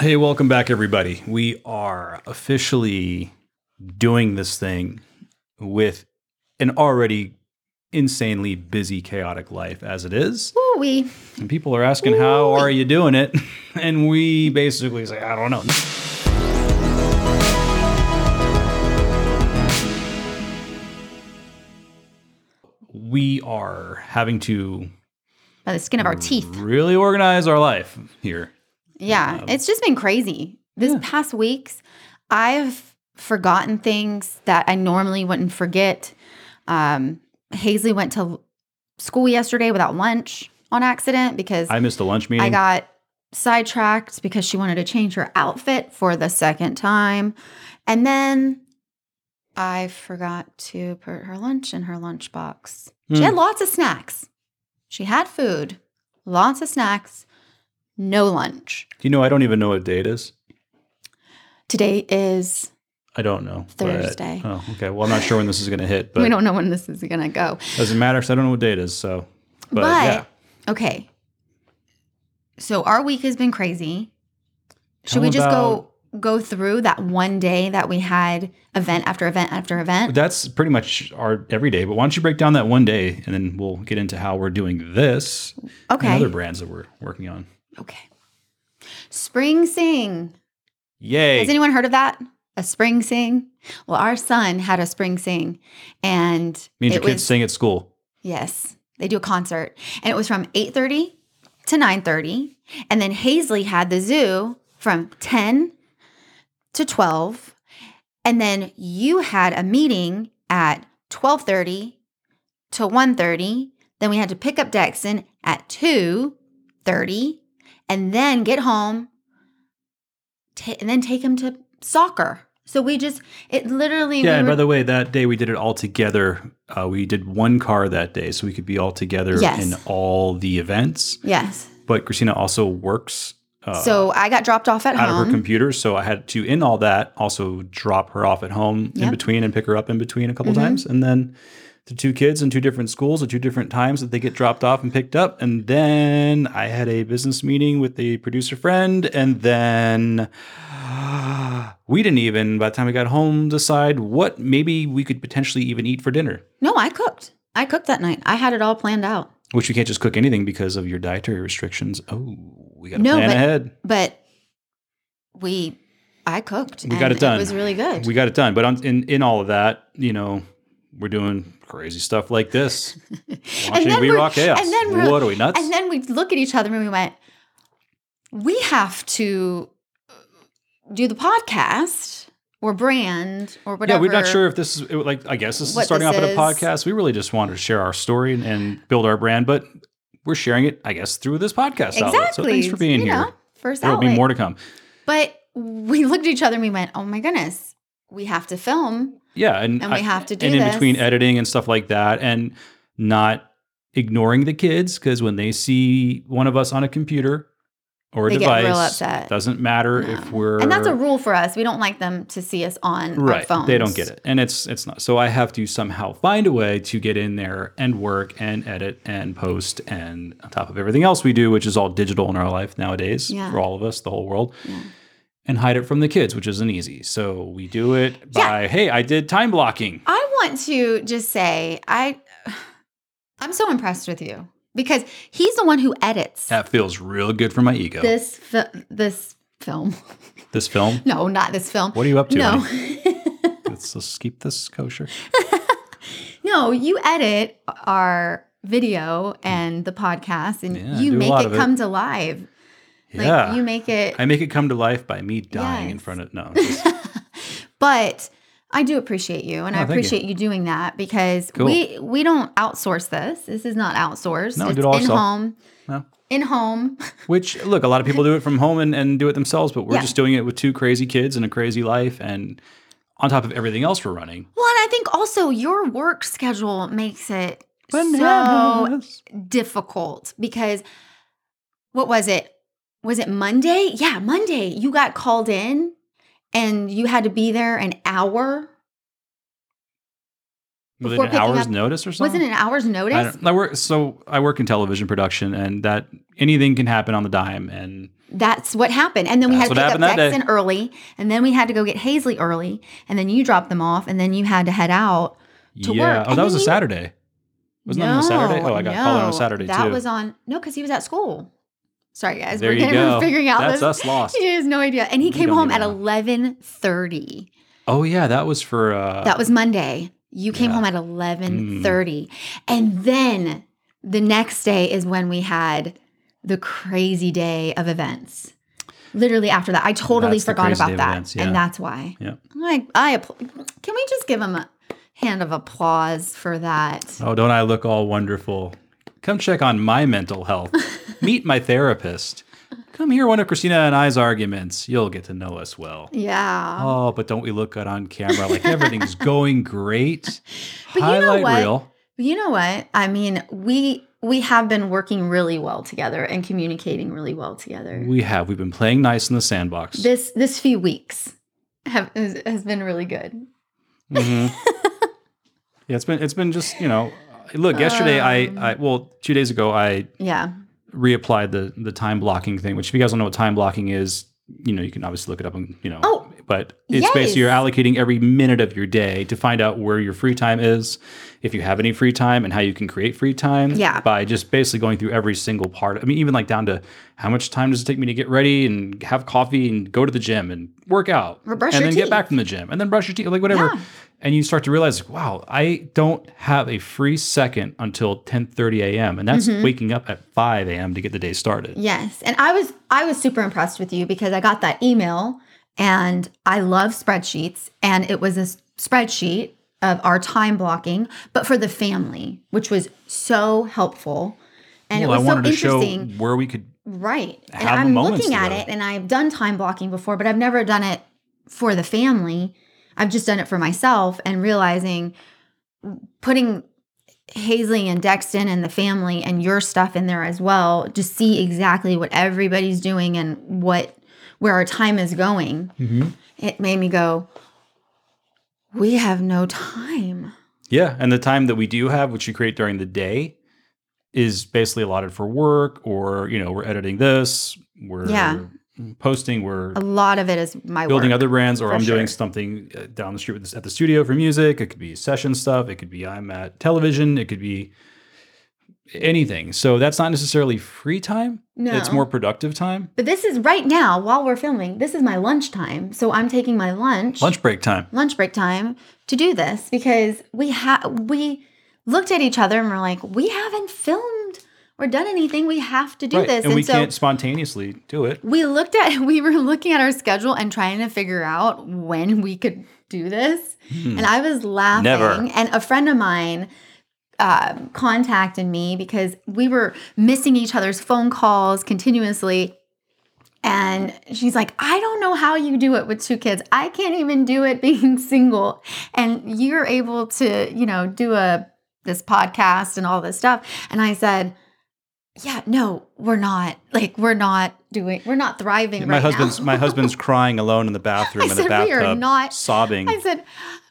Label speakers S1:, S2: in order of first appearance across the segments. S1: Hey, welcome back, everybody. We are officially doing this thing with an already insanely busy, chaotic life as it is.
S2: Ooh, we.
S1: And people are asking, How are you doing it? And we basically say, I don't know. We are having to
S2: By the skin of our
S1: Mm.
S2: teeth.
S1: really organize our life here.
S2: Yeah. It's just been crazy. This past weeks, I've forgotten things that I normally wouldn't forget. Um, Hazley went to school yesterday without lunch on accident because
S1: I missed the lunch meeting.
S2: I got sidetracked because she wanted to change her outfit for the second time. And then I forgot to put her lunch in her lunchbox. She had lots of snacks. She had food, lots of snacks, no lunch.
S1: Do you know I don't even know what day it is?
S2: Today is,
S1: I don't know. but-
S2: Thursday.
S1: oh, okay. Well, I'm not sure when this is going to hit,
S2: we
S1: but
S2: don't know when this is going to go.
S1: doesn't matter because I don't know what day it is. So, but,
S2: But-
S1: yeah.
S2: Okay. So our week has been crazy. Should
S1: Tell
S2: we
S1: me
S2: just go go through that one day that we had event after event after event?
S1: that's pretty much our everyday. But why don't you break down that one day and then we'll get into how we're doing this and
S2: Okay.
S1: other brands that we're working on.
S2: Okay. Spring sing.
S1: Yay.
S2: Has anyone heard of that? A spring sing? Well, our son had a spring sing and
S1: Means your
S2: it
S1: kids
S2: was
S1: sing at school.
S2: yes, they do a concert and it was from 8:30 to 9:30 and then Hazley had the zoo from 10 to 12 and then you had a meeting at 12:30 to 1:30 then we had to pick up Dexon at 2:30 and then get home ta- and then take him to soccer so we just it literally
S1: Yeah.
S2: we
S1: and
S2: were-
S1: by the way, that day we did it all together. Uh, we did one car that day so we could be all together
S2: Yes.
S1: in all the events.
S2: yes
S1: But Christina also works. Uh,
S2: so I got dropped off at
S1: out
S2: home
S1: of her computer. So I had to, in all that, also drop her off at home in
S2: Yep.
S1: between and pick her up in between a couple
S2: Mhm.
S1: times. And then the two kids in two different schools at two different times that they get dropped off and picked up. And then I had a business meeting with a producer friend. And then we didn't even, by the time we got home, decide what maybe we could potentially even eat for dinner.
S2: No, I cooked. I cooked that night. I had it all planned out.
S1: Which you can't just cook anything because of your dietary restrictions. Oh, we got to
S2: No,
S1: plan
S2: but-
S1: ahead.
S2: But we I cooked.
S1: We got
S2: and
S1: it done.
S2: It was really good.
S1: we got it done. But on, in in all of that, you know, we're doing crazy stuff like this. Watching
S2: then
S1: We
S2: we're-
S1: Rock Chaos.
S2: and then we're-
S1: what are we nuts?
S2: and then we look at each other and we went, we have to do the podcast or brand or
S1: yeah,
S2: whatever.
S1: we're not sure if this is like. I guess this is
S2: What
S1: starting off
S2: this
S1: at a
S2: is.
S1: podcast. We really just wanted to share our story and, and build our brand, but we're sharing it, I guess, through this podcast outlet. So
S2: Exactly.
S1: thanks for being
S2: You
S1: here.
S2: know, first
S1: There will be
S2: outlet.
S1: more to come.
S2: But we looked at each other and we went, oh my goodness, we have to film.
S1: Yeah, and,
S2: And we have to do
S1: and in between
S2: this.
S1: editing and stuff like that, and not ignoring the kids because when they see one of us on a computer or a
S2: They get
S1: device,
S2: real upset.
S1: doesn't matter if we're
S2: And that's a rule for us. We don't like them to see us on our
S1: right.
S2: phones.
S1: They don't get it, and it's it's not. So I have to somehow find a way to get in there and work and edit and post and on top of everything else we do, which is all digital in our life nowadays
S2: Yeah.
S1: for all of us, the whole world. And hide it from the kids, which isn't easy. So we do it
S2: Yeah.
S1: by, hey, I did time blocking.
S2: I want to just say I I'm so impressed with you because he's the one who edits
S1: That feels real good for my ego. This,
S2: this fi- this film.
S1: film.
S2: No, not this film.
S1: What are you up to?
S2: no.
S1: honey? Let's, let's keep this kosher.
S2: no, you edit our video and the podcast and
S1: Mm. Yeah, I
S2: you
S1: do a
S2: make
S1: lot
S2: it
S1: of it.
S2: come to life. Like
S1: yeah.
S2: you make it
S1: I make it come to life by me dying in
S2: Yes.
S1: front of no. just-
S2: but I do appreciate you and
S1: Oh,
S2: I
S1: thank you.
S2: appreciate you. doing that because
S1: Cool.
S2: we we don't outsource this. This is not outsourced.
S1: No, we
S2: it's
S1: do it all
S2: in
S1: ourself.
S2: home.
S1: No.
S2: In home.
S1: Which look, a lot of people do it from home and, and do it themselves, but we're
S2: Yeah.
S1: just doing it with two crazy kids and a crazy life, and on top of everything else we're running.
S2: Well, and I think also your work schedule makes it so
S1: Bananas.
S2: difficult because what was it? Was it Monday? Yeah, Monday. You got called in and you had to be there an hour.
S1: Within
S2: before
S1: an
S2: picking
S1: hour's
S2: up-
S1: notice or something?
S2: Wasn't it an hour's
S1: Oh. I,
S2: notice?
S1: don't- I work so I work in television production, and that anything can happen on the dime. And
S2: That's what happened. And then we
S1: That's
S2: had
S1: what
S2: to pick up
S1: happened that day.
S2: Dexon early, and then we had to go get Hazley early, and then you dropped them off, and then you had to head out. To
S1: yeah,
S2: work.
S1: oh,
S2: And
S1: that was a
S2: then you-
S1: Saturday. Wasn't that on a Saturday?
S2: No,
S1: Oh, I got called on a
S2: no.
S1: Saturday
S2: That
S1: too.
S2: was on no, because he was at school. Sorry guys,
S1: there
S2: we're,
S1: you
S2: getting,
S1: go.
S2: we're figuring out
S1: That's
S2: this.
S1: us lost.
S2: He has no idea, and he
S1: We
S2: came
S1: don't
S2: home
S1: even
S2: at
S1: know.
S2: eleven thirty.
S1: Oh yeah, that was for uh,
S2: that was Monday. You came
S1: yeah. Mm.
S2: home at 11:30. And then the next day is when we had the crazy day of events. Literally after that, I totally
S1: That's the
S2: forgot
S1: crazy day
S2: about
S1: of
S2: that.
S1: events, yeah.
S2: And that's why.
S1: Yeah.
S2: I I appl- Can we just give him a hand of applause for that?
S1: Oh, don't I look all wonderful? Come check on my mental health. Meet my therapist. Come hear one of Christina and I's arguments. You'll get to know us well.
S2: Yeah.
S1: Oh, but don't we look good on camera? Like everything's going great.
S2: But you know
S1: Highlight
S2: what?
S1: reel.
S2: You know what? I mean, we we have been working really well together and communicating really well together.
S1: We have. We've been playing nice in the sandbox.
S2: This this few weeks have has has been really good.
S1: hmm yeah, it's been it's been just you know. Look, yesterday
S2: Um.
S1: I, I well two days ago I
S2: Yeah.
S1: reapplied the the time blocking thing. Which if you guys don't know what time blocking is, you know you can obviously look it up and you know.
S2: Oh,
S1: but it's
S2: yes.
S1: basically you're allocating every minute of your day to find out where your free time is, if you have any free time, and how you can create free time.
S2: Yeah.
S1: By just basically going through every single part. I mean, even like down to how much time does it take me to get ready and have coffee and go to the gym and work out,
S2: Or brush
S1: and
S2: your
S1: then
S2: teeth.
S1: get back from the gym, and then brush your teeth, like whatever.
S2: Yeah.
S1: And you start to realize, like, wow, I don't have a free second until 10:30 a.m. And that's
S2: Mm-hmm.
S1: waking up at 5 a.m. to get the day started.
S2: Yes. And I was I was super impressed with you because I got that email and I love spreadsheets and it was a s- spreadsheet of our time blocking but for the family, which was so helpful. And
S1: Well,
S2: it
S1: I
S2: was so
S1: wanted to show
S2: interesting.
S1: where we could
S2: Right. And
S1: have the
S2: I'm
S1: moments
S2: looking at
S1: together.
S2: it and I've done time blocking before, but I've never done it for the family. I've just done it for myself and realizing putting Hazley and Dexton and the family and your stuff in there as well to see exactly what everybody's doing and what where our time is going.
S1: Mm-hmm.
S2: It made me go, we have no time.
S1: Yeah, and the time that we do have, which you create during the day, is basically allotted for work, or you know, we're editing this, we're
S2: Yeah.
S1: posting, we're
S2: A lot of it is my
S1: building
S2: work.
S1: other brands, or
S2: for
S1: I'm
S2: sure.
S1: doing something uh, down the street with this, at the studio for music. It could be session stuff. It could be I'm at television. It could be anything. So that's not necessarily free time. It's
S2: No.
S1: more productive time.
S2: But this is right now while we're filming. This is my lunchtime. So I'm taking my lunch.
S1: Lunch break time.
S2: lunch break time to do this because we have we looked at each other and we're like, we haven't filmed or done anything. We have to do
S1: right.
S2: this,
S1: and, we
S2: so
S1: can't spontaneously do it.
S2: we looked at we were looking at our schedule and trying to figure out when we could do this. And I was laughing.
S1: Hmm. Never.
S2: And a friend of mine um, contacted me because we were missing each other's phone calls continuously. And she's like, I don't know how you do it with two kids. I can't even do it being single. And you're able to, you know, do a this podcast and all this stuff. And I said, Yeah, no, we're not. Like, we're not doing, we're not thriving
S1: my
S2: right
S1: husband's
S2: now.
S1: my husband's crying alone in the bathroom
S2: I
S1: in the
S2: said,
S1: bathtub,
S2: "We are not-
S1: sobbing.
S2: I said,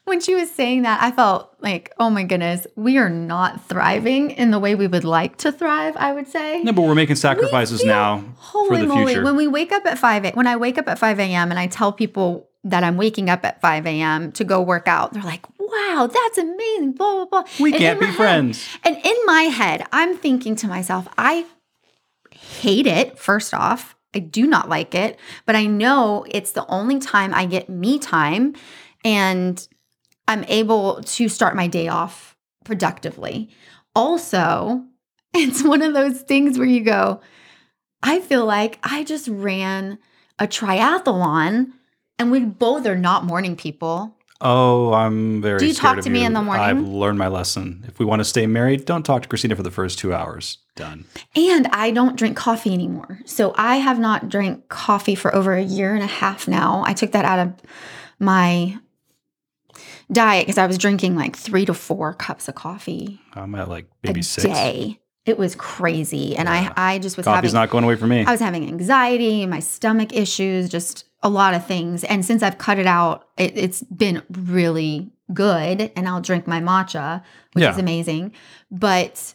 S2: when she was saying that, I felt like, oh my goodness, we are not thriving in the way we would like to thrive, I would say.
S1: No, but we're making sacrifices
S2: feel-
S1: now for
S2: Holy
S1: the
S2: moly.
S1: future.
S2: When we wake up at 5 a, when I wake up at 5 a.m. and I tell people that I'm waking up at 5 a.m. to go work out, they're like, wow, that's amazing, blah, blah, blah.
S1: we
S2: And
S1: can't
S2: in
S1: be
S2: my head-
S1: friends.
S2: and in my head, I'm thinking to myself, I hate it, first off. I do not like it, but I know it's the only time I get me time and I'm able to start my day off productively. Also, it's one of those things where you go, I feel like I just ran a triathlon and we both are not morning people.
S1: Oh, I'm very.
S2: Do you
S1: scared
S2: talk
S1: of
S2: to me
S1: you.
S2: in the morning?
S1: I've learned my lesson. If we want to stay married, don't talk to Christina for the first two hours. Done.
S2: And I don't drink coffee anymore. So I have not drank coffee for over a year and a half now. I took that out of my diet because I was drinking like three to four cups of coffee
S1: I'm at like maybe
S2: a
S1: six.
S2: day. It was crazy. And
S1: Yeah.
S2: I, I just was
S1: Coffee's
S2: having
S1: not going away for me.
S2: I was having anxiety, my stomach issues, just a lot of things. And since I've cut it out, it, it's been really good and I'll drink my matcha, which
S1: Yeah.
S2: is amazing. But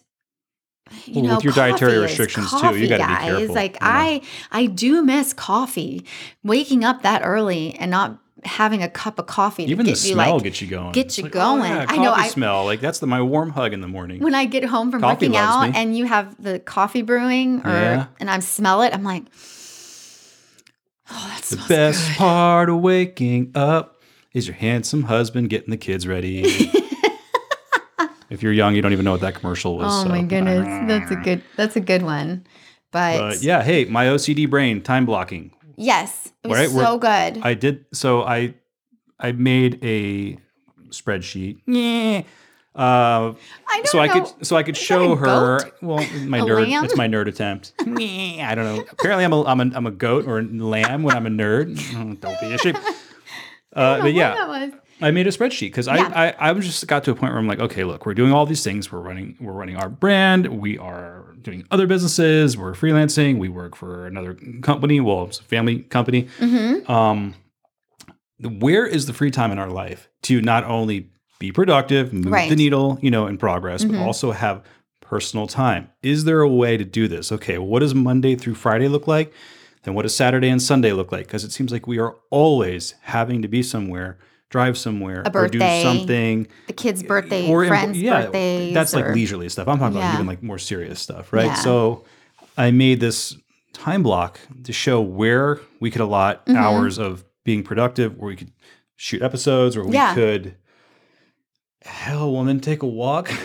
S2: you
S1: Well,
S2: know,
S1: with your dietary
S2: coffee is
S1: restrictions, too, you
S2: coffee,
S1: gotta be
S2: guys.
S1: careful,
S2: Like
S1: you know.
S2: I, I do miss coffee. Waking up that early and not having a cup of coffee, to
S1: Even the
S2: get you,
S1: smell
S2: like,
S1: gets you going.
S2: gets you
S1: It's oh,
S2: going.
S1: yeah,
S2: I know,
S1: coffee
S2: I-
S1: smell like that's the my warm hug in the morning.
S2: when I get home from
S1: Coffee
S2: working out
S1: loves me.
S2: and you have the coffee brewing or
S1: Yeah.
S2: and I smell it, I'm like, oh, that
S1: the
S2: smells
S1: best
S2: good."
S1: part of waking up is your handsome husband getting the kids ready. if you're young, you don't even know what that commercial was.
S2: Oh
S1: so.
S2: my goodness, that's a good that's a good one. But,
S1: But yeah, hey, my OCD brain time blocking.
S2: yes, it was
S1: Right, we're-
S2: so good.
S1: I did so I I made a spreadsheet. Yeah. Uh,
S2: I don't
S1: so
S2: know.
S1: I could so I could show
S2: a
S1: her.
S2: goat?
S1: Well, my
S2: A
S1: nerd.
S2: lamb?
S1: It's my nerd attempt. Meh, I don't know. Apparently, I'm a I'm a, I'm a goat or a lamb when I'm a nerd. Mm, don't be ashamed. Uh, but yeah,
S2: That was.
S1: I made a spreadsheet because
S2: Yeah.
S1: I, I I was just got to a point where I'm like, okay, look, we're doing all these things. We're running we're running our brand. We are doing other businesses. We're freelancing. We work for another company. Well, it's a family company.
S2: Mm-hmm.
S1: Um, where is the free time in our life to not only be productive, move
S2: Right. Mm-hmm.
S1: the needle, you know, in progress, but also have personal time? Is there a way to do this? Okay, what does Monday through Friday look like? Then what does Saturday and Sunday look like? Because it seems like we are always having to be somewhere, drive somewhere,
S2: A
S1: or do
S2: birthday,
S1: something.
S2: The kids' birthday,
S1: or
S2: friends'
S1: yeah,
S2: birthdays.
S1: that's like
S2: or-
S1: leisurely stuff. I'm talking about
S2: Yeah.
S1: even like more serious stuff, right?
S2: Yeah.
S1: So I made this time block to show where we could allot
S2: Mm-hmm.
S1: hours of being productive, where we could shoot episodes, where we
S2: Yeah.
S1: could hell woman take a walk.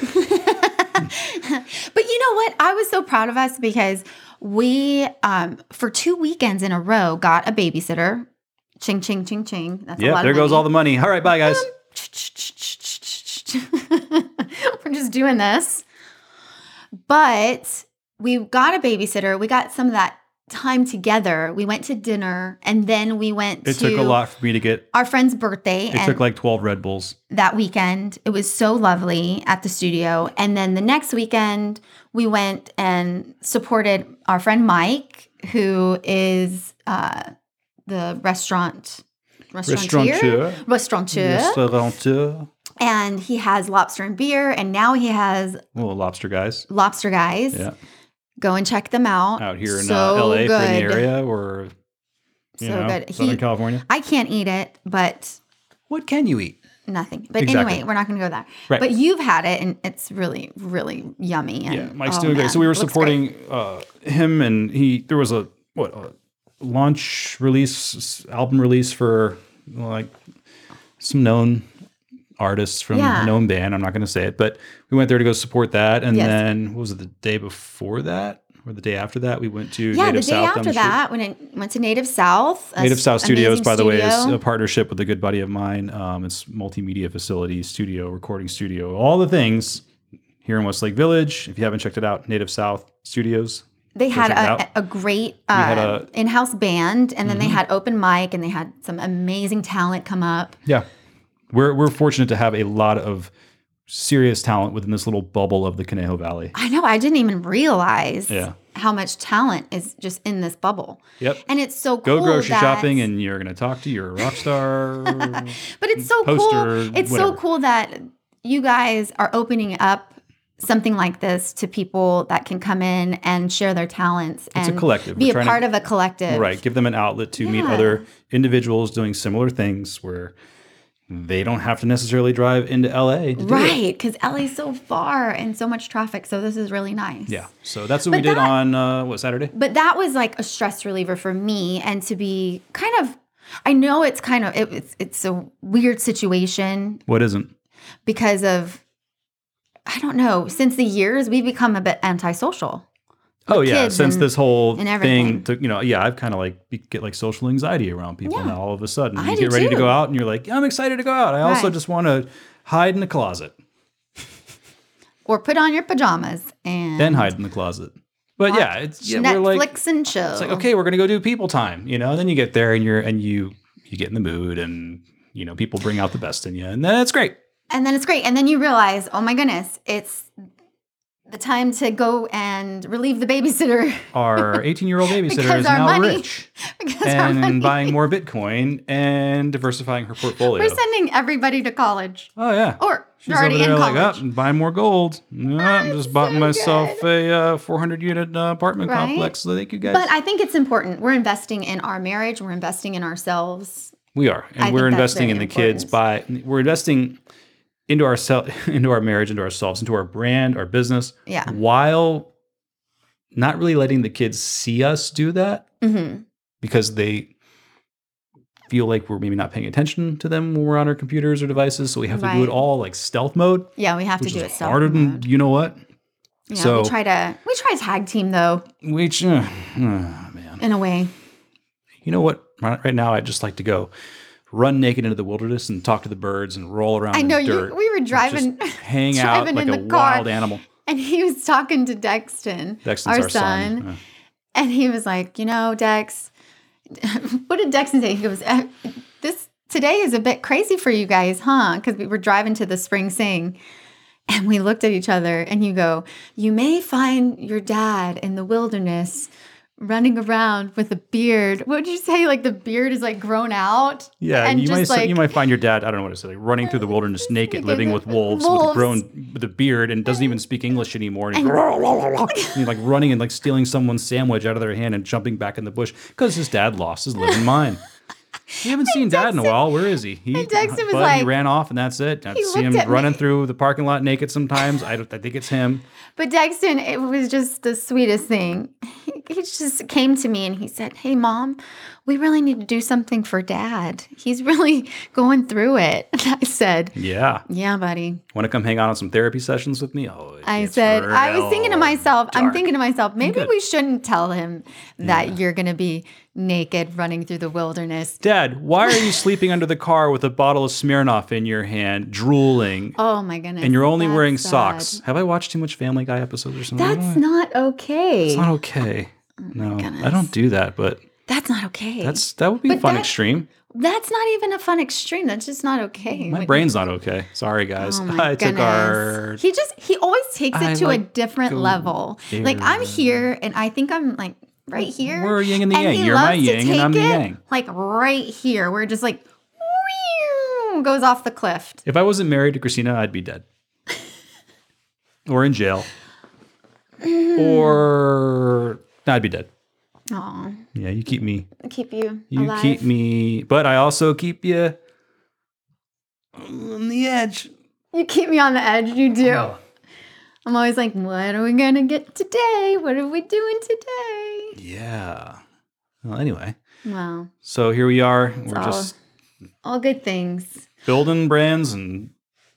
S2: But you know what? I was so proud of us because we, um, for two weekends in a row, got a babysitter. Ching, ching, ching, ching. That's a lot
S1: yeah,
S2: of
S1: there goes
S2: money. Um,
S1: all the money. All right, bye guys.
S2: We're just doing this. But we got a babysitter. We got some of that time together. We went to dinner and then we went
S1: It
S2: to
S1: took a lot for me to get
S2: our friend's birthday.
S1: it
S2: and
S1: took like 12 Red Bulls.
S2: that weekend. It was so lovely at the studio. And then the next weekend, we went and supported our friend Mike, who is uh, the restaurant restaurateur.
S1: Restaurateur.
S2: Restaurateur.
S1: Restaurateur.
S2: And he has lobster and beer, and now he has
S1: Oh, lobster guys.
S2: lobster guys.
S1: Yeah.
S2: Go and check them out.
S1: Out here in uh,
S2: So
S1: LA for the
S2: good.
S1: area or you
S2: So
S1: know,
S2: good. He-
S1: Southern California.
S2: I can't eat it, but
S1: What can you eat?
S2: nothing. But
S1: Exactly.
S2: anyway, we're not going to go there.
S1: Right.
S2: But you've had it, and it's really, really yummy. And,
S1: Yeah, Mike's
S2: oh,
S1: doing
S2: man,
S1: great. So we were
S2: looks great.
S1: supporting uh, him, and he there was a what a launch release s- album release for like some known artists from
S2: Yeah.
S1: a known band. I'm not going to say it, but we went there to go support that, and
S2: Yes.
S1: then what was it the day before that or the day after that? We went to
S2: Yeah,
S1: Native
S2: the day
S1: South down
S2: after
S1: the street.
S2: that, when I went to Native South. a
S1: Native South
S2: s-
S1: Studios,
S2: amazing
S1: by the way, is
S2: studio.
S1: a partnership with a good buddy of mine. Um, it's multimedia facility, studio, recording studio, all the things here in Westlake Village. If you haven't checked it out, Native South Studios.
S2: they had
S1: check it out.
S2: a, a great
S1: had Mm-hmm.
S2: uh, in-house band, and then they had open mic, and they had some amazing talent come up.
S1: Yeah, we're we're fortunate to have a lot of serious talent within this little bubble of the Conejo Valley.
S2: I know I didn't even realize
S1: Yeah.
S2: how much talent is just in this bubble.
S1: Yep.
S2: And it's so
S1: Go
S2: cool.
S1: grocery
S2: that-
S1: shopping, and you're going to talk to your rock star.
S2: But it's so
S1: poster,
S2: cool. It's so
S1: whatever.
S2: cool that you guys are opening up something like this to people that can come in and share their talents
S1: It's a
S2: and
S1: collective.
S2: be
S1: We're
S2: a
S1: trying to-
S2: part of a collective.
S1: right, give them an outlet to meet
S2: Yeah.
S1: other individuals doing similar things where they don't have to necessarily drive into LA. To do it.
S2: Right, because LA's so far and so much traffic, so this is really nice.
S1: Yeah. So that's what we
S2: But
S1: did
S2: that-
S1: on uh, what Saturday?
S2: But that was like a stress reliever for me, and to be kind of, I know it's kind of it, it's it's a weird situation
S1: What isn't?
S2: because of, I don't know. Since the years, we've become a bit antisocial.
S1: Oh yeah,
S2: kids
S1: since
S2: and-
S1: this whole
S2: and
S1: thing
S2: everything.
S1: took, you know, yeah, I've kind of like be- get like social anxiety around people
S2: Yeah.
S1: now. All of a sudden,
S2: I
S1: you
S2: do
S1: get ready to
S2: too.
S1: go out, and you're like, I'm excited to go out. I also
S2: Right.
S1: just want to hide in the closet,
S2: Or put on your pajamas and
S1: then hide in the closet. But yeah, it's yeah, we're
S2: Mm. Netflix
S1: like, it's
S2: and chill. It's
S1: like okay, we're gonna go do people time, you know. And then you get there, and you're and you you get in the mood, and you know, people bring out the best in you, and then it's great.
S2: And then it's great. And then you realize, oh my goodness, it's the time to go and relieve the babysitter
S1: Our 18 year old babysitter
S2: Because
S1: is
S2: our
S1: now
S2: money-
S1: rich
S2: because our money.
S1: and buying more Bitcoin and diversifying her portfolio.
S2: We're sending everybody to college,
S1: Oh, yeah.
S2: or
S1: She's
S2: they're already
S1: over there
S2: in
S1: like, "Ah,
S2: college.
S1: up and buy more gold. Yeah, I
S2: That's
S1: just bought
S2: so
S1: myself a uh, 400 unit uh, apartment
S2: Right?
S1: complex. So thank you guys.
S2: but I think it's important. We're investing in our marriage. We're investing in ourselves.
S1: we are, and
S2: I
S1: we're
S2: think that's
S1: investing
S2: very
S1: in the kids by we're investing into ourselves, into our marriage, into ourselves, into our brand, our business,
S2: Yeah.
S1: while not really letting the kids see us do that
S2: hmm
S1: because they feel like we're maybe not paying attention to them when we're on our computers or devices. So we have to do
S2: Right.
S1: it all like stealth mode,
S2: Yeah, we have
S1: which
S2: to do
S1: is
S2: it. stealth
S1: harder than
S2: mode.
S1: you know what.
S2: yeah,
S1: so-
S2: we try to we try tag team though
S1: Which, uh, uh, man.
S2: in a way.
S1: you know what? Right right now, I'd just like to go run naked into the wilderness and talk to the birds and roll around.
S2: I
S1: in
S2: know
S1: the dirt,
S2: you. We were driving,
S1: Just hang
S2: driving
S1: out
S2: in
S1: like a
S2: the car.
S1: wild animal.
S2: and he was talking to Dexton,
S1: Dexton's our, Uh, son. Yeah.
S2: And he was like, you know, Dex, what did Dexon say? He goes, "Uh, this today is a bit crazy for you guys, huh? Because we were driving to the spring sing. And we looked at each other, and you go, You may find your dad in the wilderness running around with a beard. What did you say? Like the beard is like grown out?
S1: Yeah,
S2: and
S1: you
S2: just
S1: might
S2: like,
S1: you might find your dad. I don't know what it said. Like running through the wilderness naked,
S2: naked
S1: living with
S2: with
S1: wolves, with a
S2: wolves.
S1: grown with a beard, and doesn't even speak English anymore. And, he's
S2: And-
S1: and he's, like running and like stealing someone's sandwich out of their hand and jumping back in the bush because his dad lost his living mind. We haven't seen Dad in a while. Where is he? He,
S2: Dexter was
S1: but he
S2: like-
S1: ran off, and that's it. I see him
S2: looked at me.
S1: running through the parking lot naked sometimes. I, don't, I think it's him.
S2: But Dexton, it was just the sweetest thing. He, he just came to me and he said, Hey, mom, we really need to do something for dad. He's really going through it. And I said,
S1: Yeah,
S2: Yeah, buddy.
S1: want to come hang out on some therapy sessions with me? Oh, it
S2: I
S1: gets
S2: said, I was
S1: real
S2: thinking to myself, I'm
S1: dark.
S2: thinking to myself, maybe
S1: Good.
S2: we shouldn't tell him that you're going to be naked running through the wilderness.
S1: Dad, why are you sleeping under the car with a bottle of Smirnoff in your hand, drooling,
S2: Oh my goodness.
S1: and you're only
S2: that's
S1: wearing
S2: sad.
S1: socks? Have I watched too much Family Guy episodes or something?
S2: That's
S1: Oh,
S2: not okay.
S1: it's not okay. No, I
S2: goodness.
S1: don't do that, but
S2: that's not okay. That's Oh
S1: that's that would be a
S2: But
S1: fun
S2: that-
S1: extreme.
S2: that's not even a fun extreme. That's just not okay.
S1: My
S2: What-
S1: brain's not okay. Sorry, guys.
S2: Oh my
S1: I took our.
S2: He just he always takes it
S1: I
S2: to a
S1: like
S2: different
S1: go
S2: level. Like I'm here and I think I'm like right here.
S1: We're yin and the yang.
S2: he
S1: You're my
S2: loves to
S1: yin and I'm the
S2: take it,
S1: yang.
S2: Like right here. We're just like whew, goes off the cliff.
S1: If I wasn't married to Christina, I'd be dead, or in jail, or no, I'd be dead.
S2: Oh,
S1: Yeah, you keep me
S2: keep you,
S1: You
S2: alive.
S1: keep me, but I also keep you on the edge.
S2: you keep me on the edge. You do. I'm always like, what are we gonna get today? What are we doing today?
S1: Yeah. Well, anyway,
S2: Wow,
S1: so here we are. We're
S2: all-
S1: just
S2: all good things.
S1: building brands and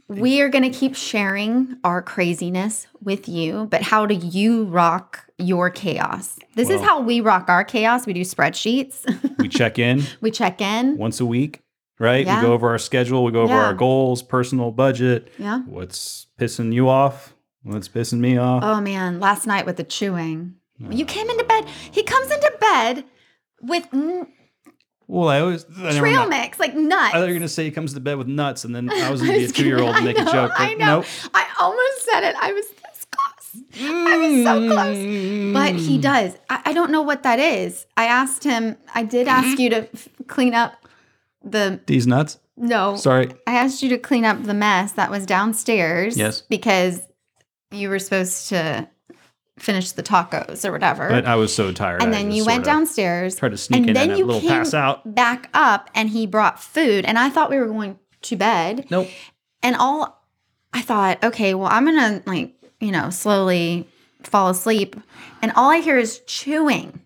S2: We are going to keep sharing our craziness with you, but how do you rock your chaos? This is
S1: Well-
S2: how we rock our chaos. We do spreadsheets,
S1: we check in
S2: we check in.
S1: once a week, right?
S2: Yeah.
S1: We go over our schedule, we go over
S2: Yeah.
S1: our goals, personal budget,
S2: Yeah.
S1: what's pissing you off, what's pissing me off.
S2: Oh man, last night with the chewing. You came into bed. He comes into bed with n-
S1: well, I always. I never
S2: trail
S1: mind.
S2: mix, like
S1: I
S2: nuts.
S1: thought you were going to say he comes to bed with nuts, and then I was going
S2: I
S1: to be a
S2: was
S1: two year old and
S2: gonna-
S1: make a
S2: I know,
S1: joke.
S2: I
S1: but
S2: know.
S1: Nope.
S2: I almost said it. I was this close. I was so close. But
S1: Mm. Hmm.
S2: he does. I, I don't know what that is. I asked him, I did
S1: Mm-hmm.
S2: ask you to f- clean up the,
S1: These nuts?
S2: no,
S1: Sorry.
S2: I asked you to clean up the mess that was downstairs.
S1: Yes.
S2: Because you were supposed to finish the tacos or whatever.
S1: But I was so tired.
S2: and
S1: I
S2: then
S1: just
S2: you went
S1: sorta
S2: downstairs
S1: Tried to sneak in and that little pass out.
S2: back up and he brought food. And I thought we were going to bed.
S1: Nope.
S2: and all I thought, okay, well, I'm gonna like, you know, slowly fall asleep. And all I hear is chewing,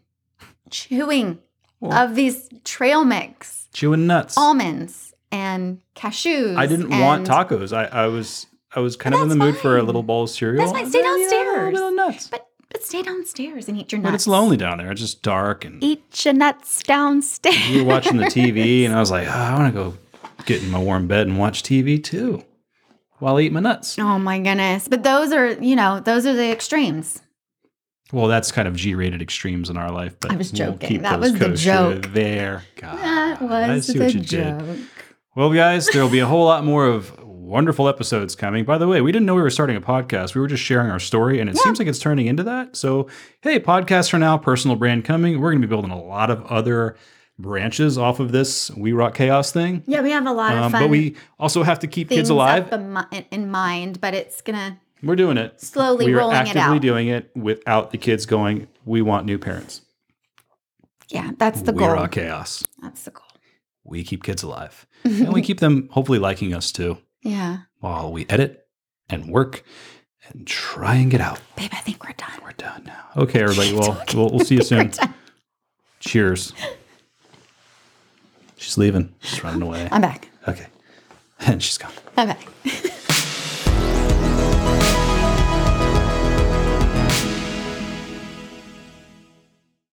S2: chewing
S1: Well-
S2: of these trail mix,
S1: Chewing nuts.
S2: almonds and cashews.
S1: I didn't want
S2: and-
S1: tacos. I, I was I was kind of in the
S2: That's
S1: mood for a
S2: fine.
S1: little bowl of cereal.
S2: That's fine. Stay
S1: Yeah, yeah, A
S2: downstairs.
S1: little bit of nuts. But,
S2: But but stay downstairs and eat your nuts. E-
S1: it's lonely down there. It's just dark and
S2: Eat your nuts downstairs.
S1: we were watching the TV and I was like, "Ah, I want to go get in my warm bed and watch TV too while I eat my nuts.
S2: Oh my goodness. But those are, you know, those are the extremes.
S1: Well, that's kind of G-rated extremes in our life, but
S2: I was
S1: we'll
S2: joking.
S1: keep
S2: That
S1: those
S2: was the
S1: kosher
S2: joke.
S1: There. God.
S2: That
S1: I
S2: was
S1: see what
S2: the
S1: you did.
S2: joke.
S1: Well, guys, there will be a whole lot more of wonderful episodes coming. By the way, we didn't know we were starting a podcast. We were just sharing our story, and it seems like it's turning into that. So, hey, podcast for now, personal brand coming. We're going to be building a lot of other branches off of this We Rock Chaos thing.
S2: Yeah, we have a lot of
S1: Um,
S2: fun.
S1: but we also have to keep
S2: things
S1: kids alive.
S2: up in mi- in mind, but it's gonna
S1: We're doing it.
S2: Slowly
S1: we are
S2: rolling it
S1: actively
S2: out.
S1: doing it without the kids going, we want new parents.
S2: yeah, that's the
S1: we
S2: goal.
S1: rock chaos.
S2: That's the goal.
S1: We keep kids alive. and we keep them hopefully liking us too
S2: Yeah,
S1: while we edit and work and try and get out.
S2: babe, I think we're done.
S1: We're done now. Okay, everybody. Well,
S2: Okay,
S1: we'll, we'll see you
S2: We're
S1: soon.
S2: done.
S1: Cheers. She's leaving. She's running away.
S2: I'm back.
S1: Okay. And she's gone.
S2: I'm back.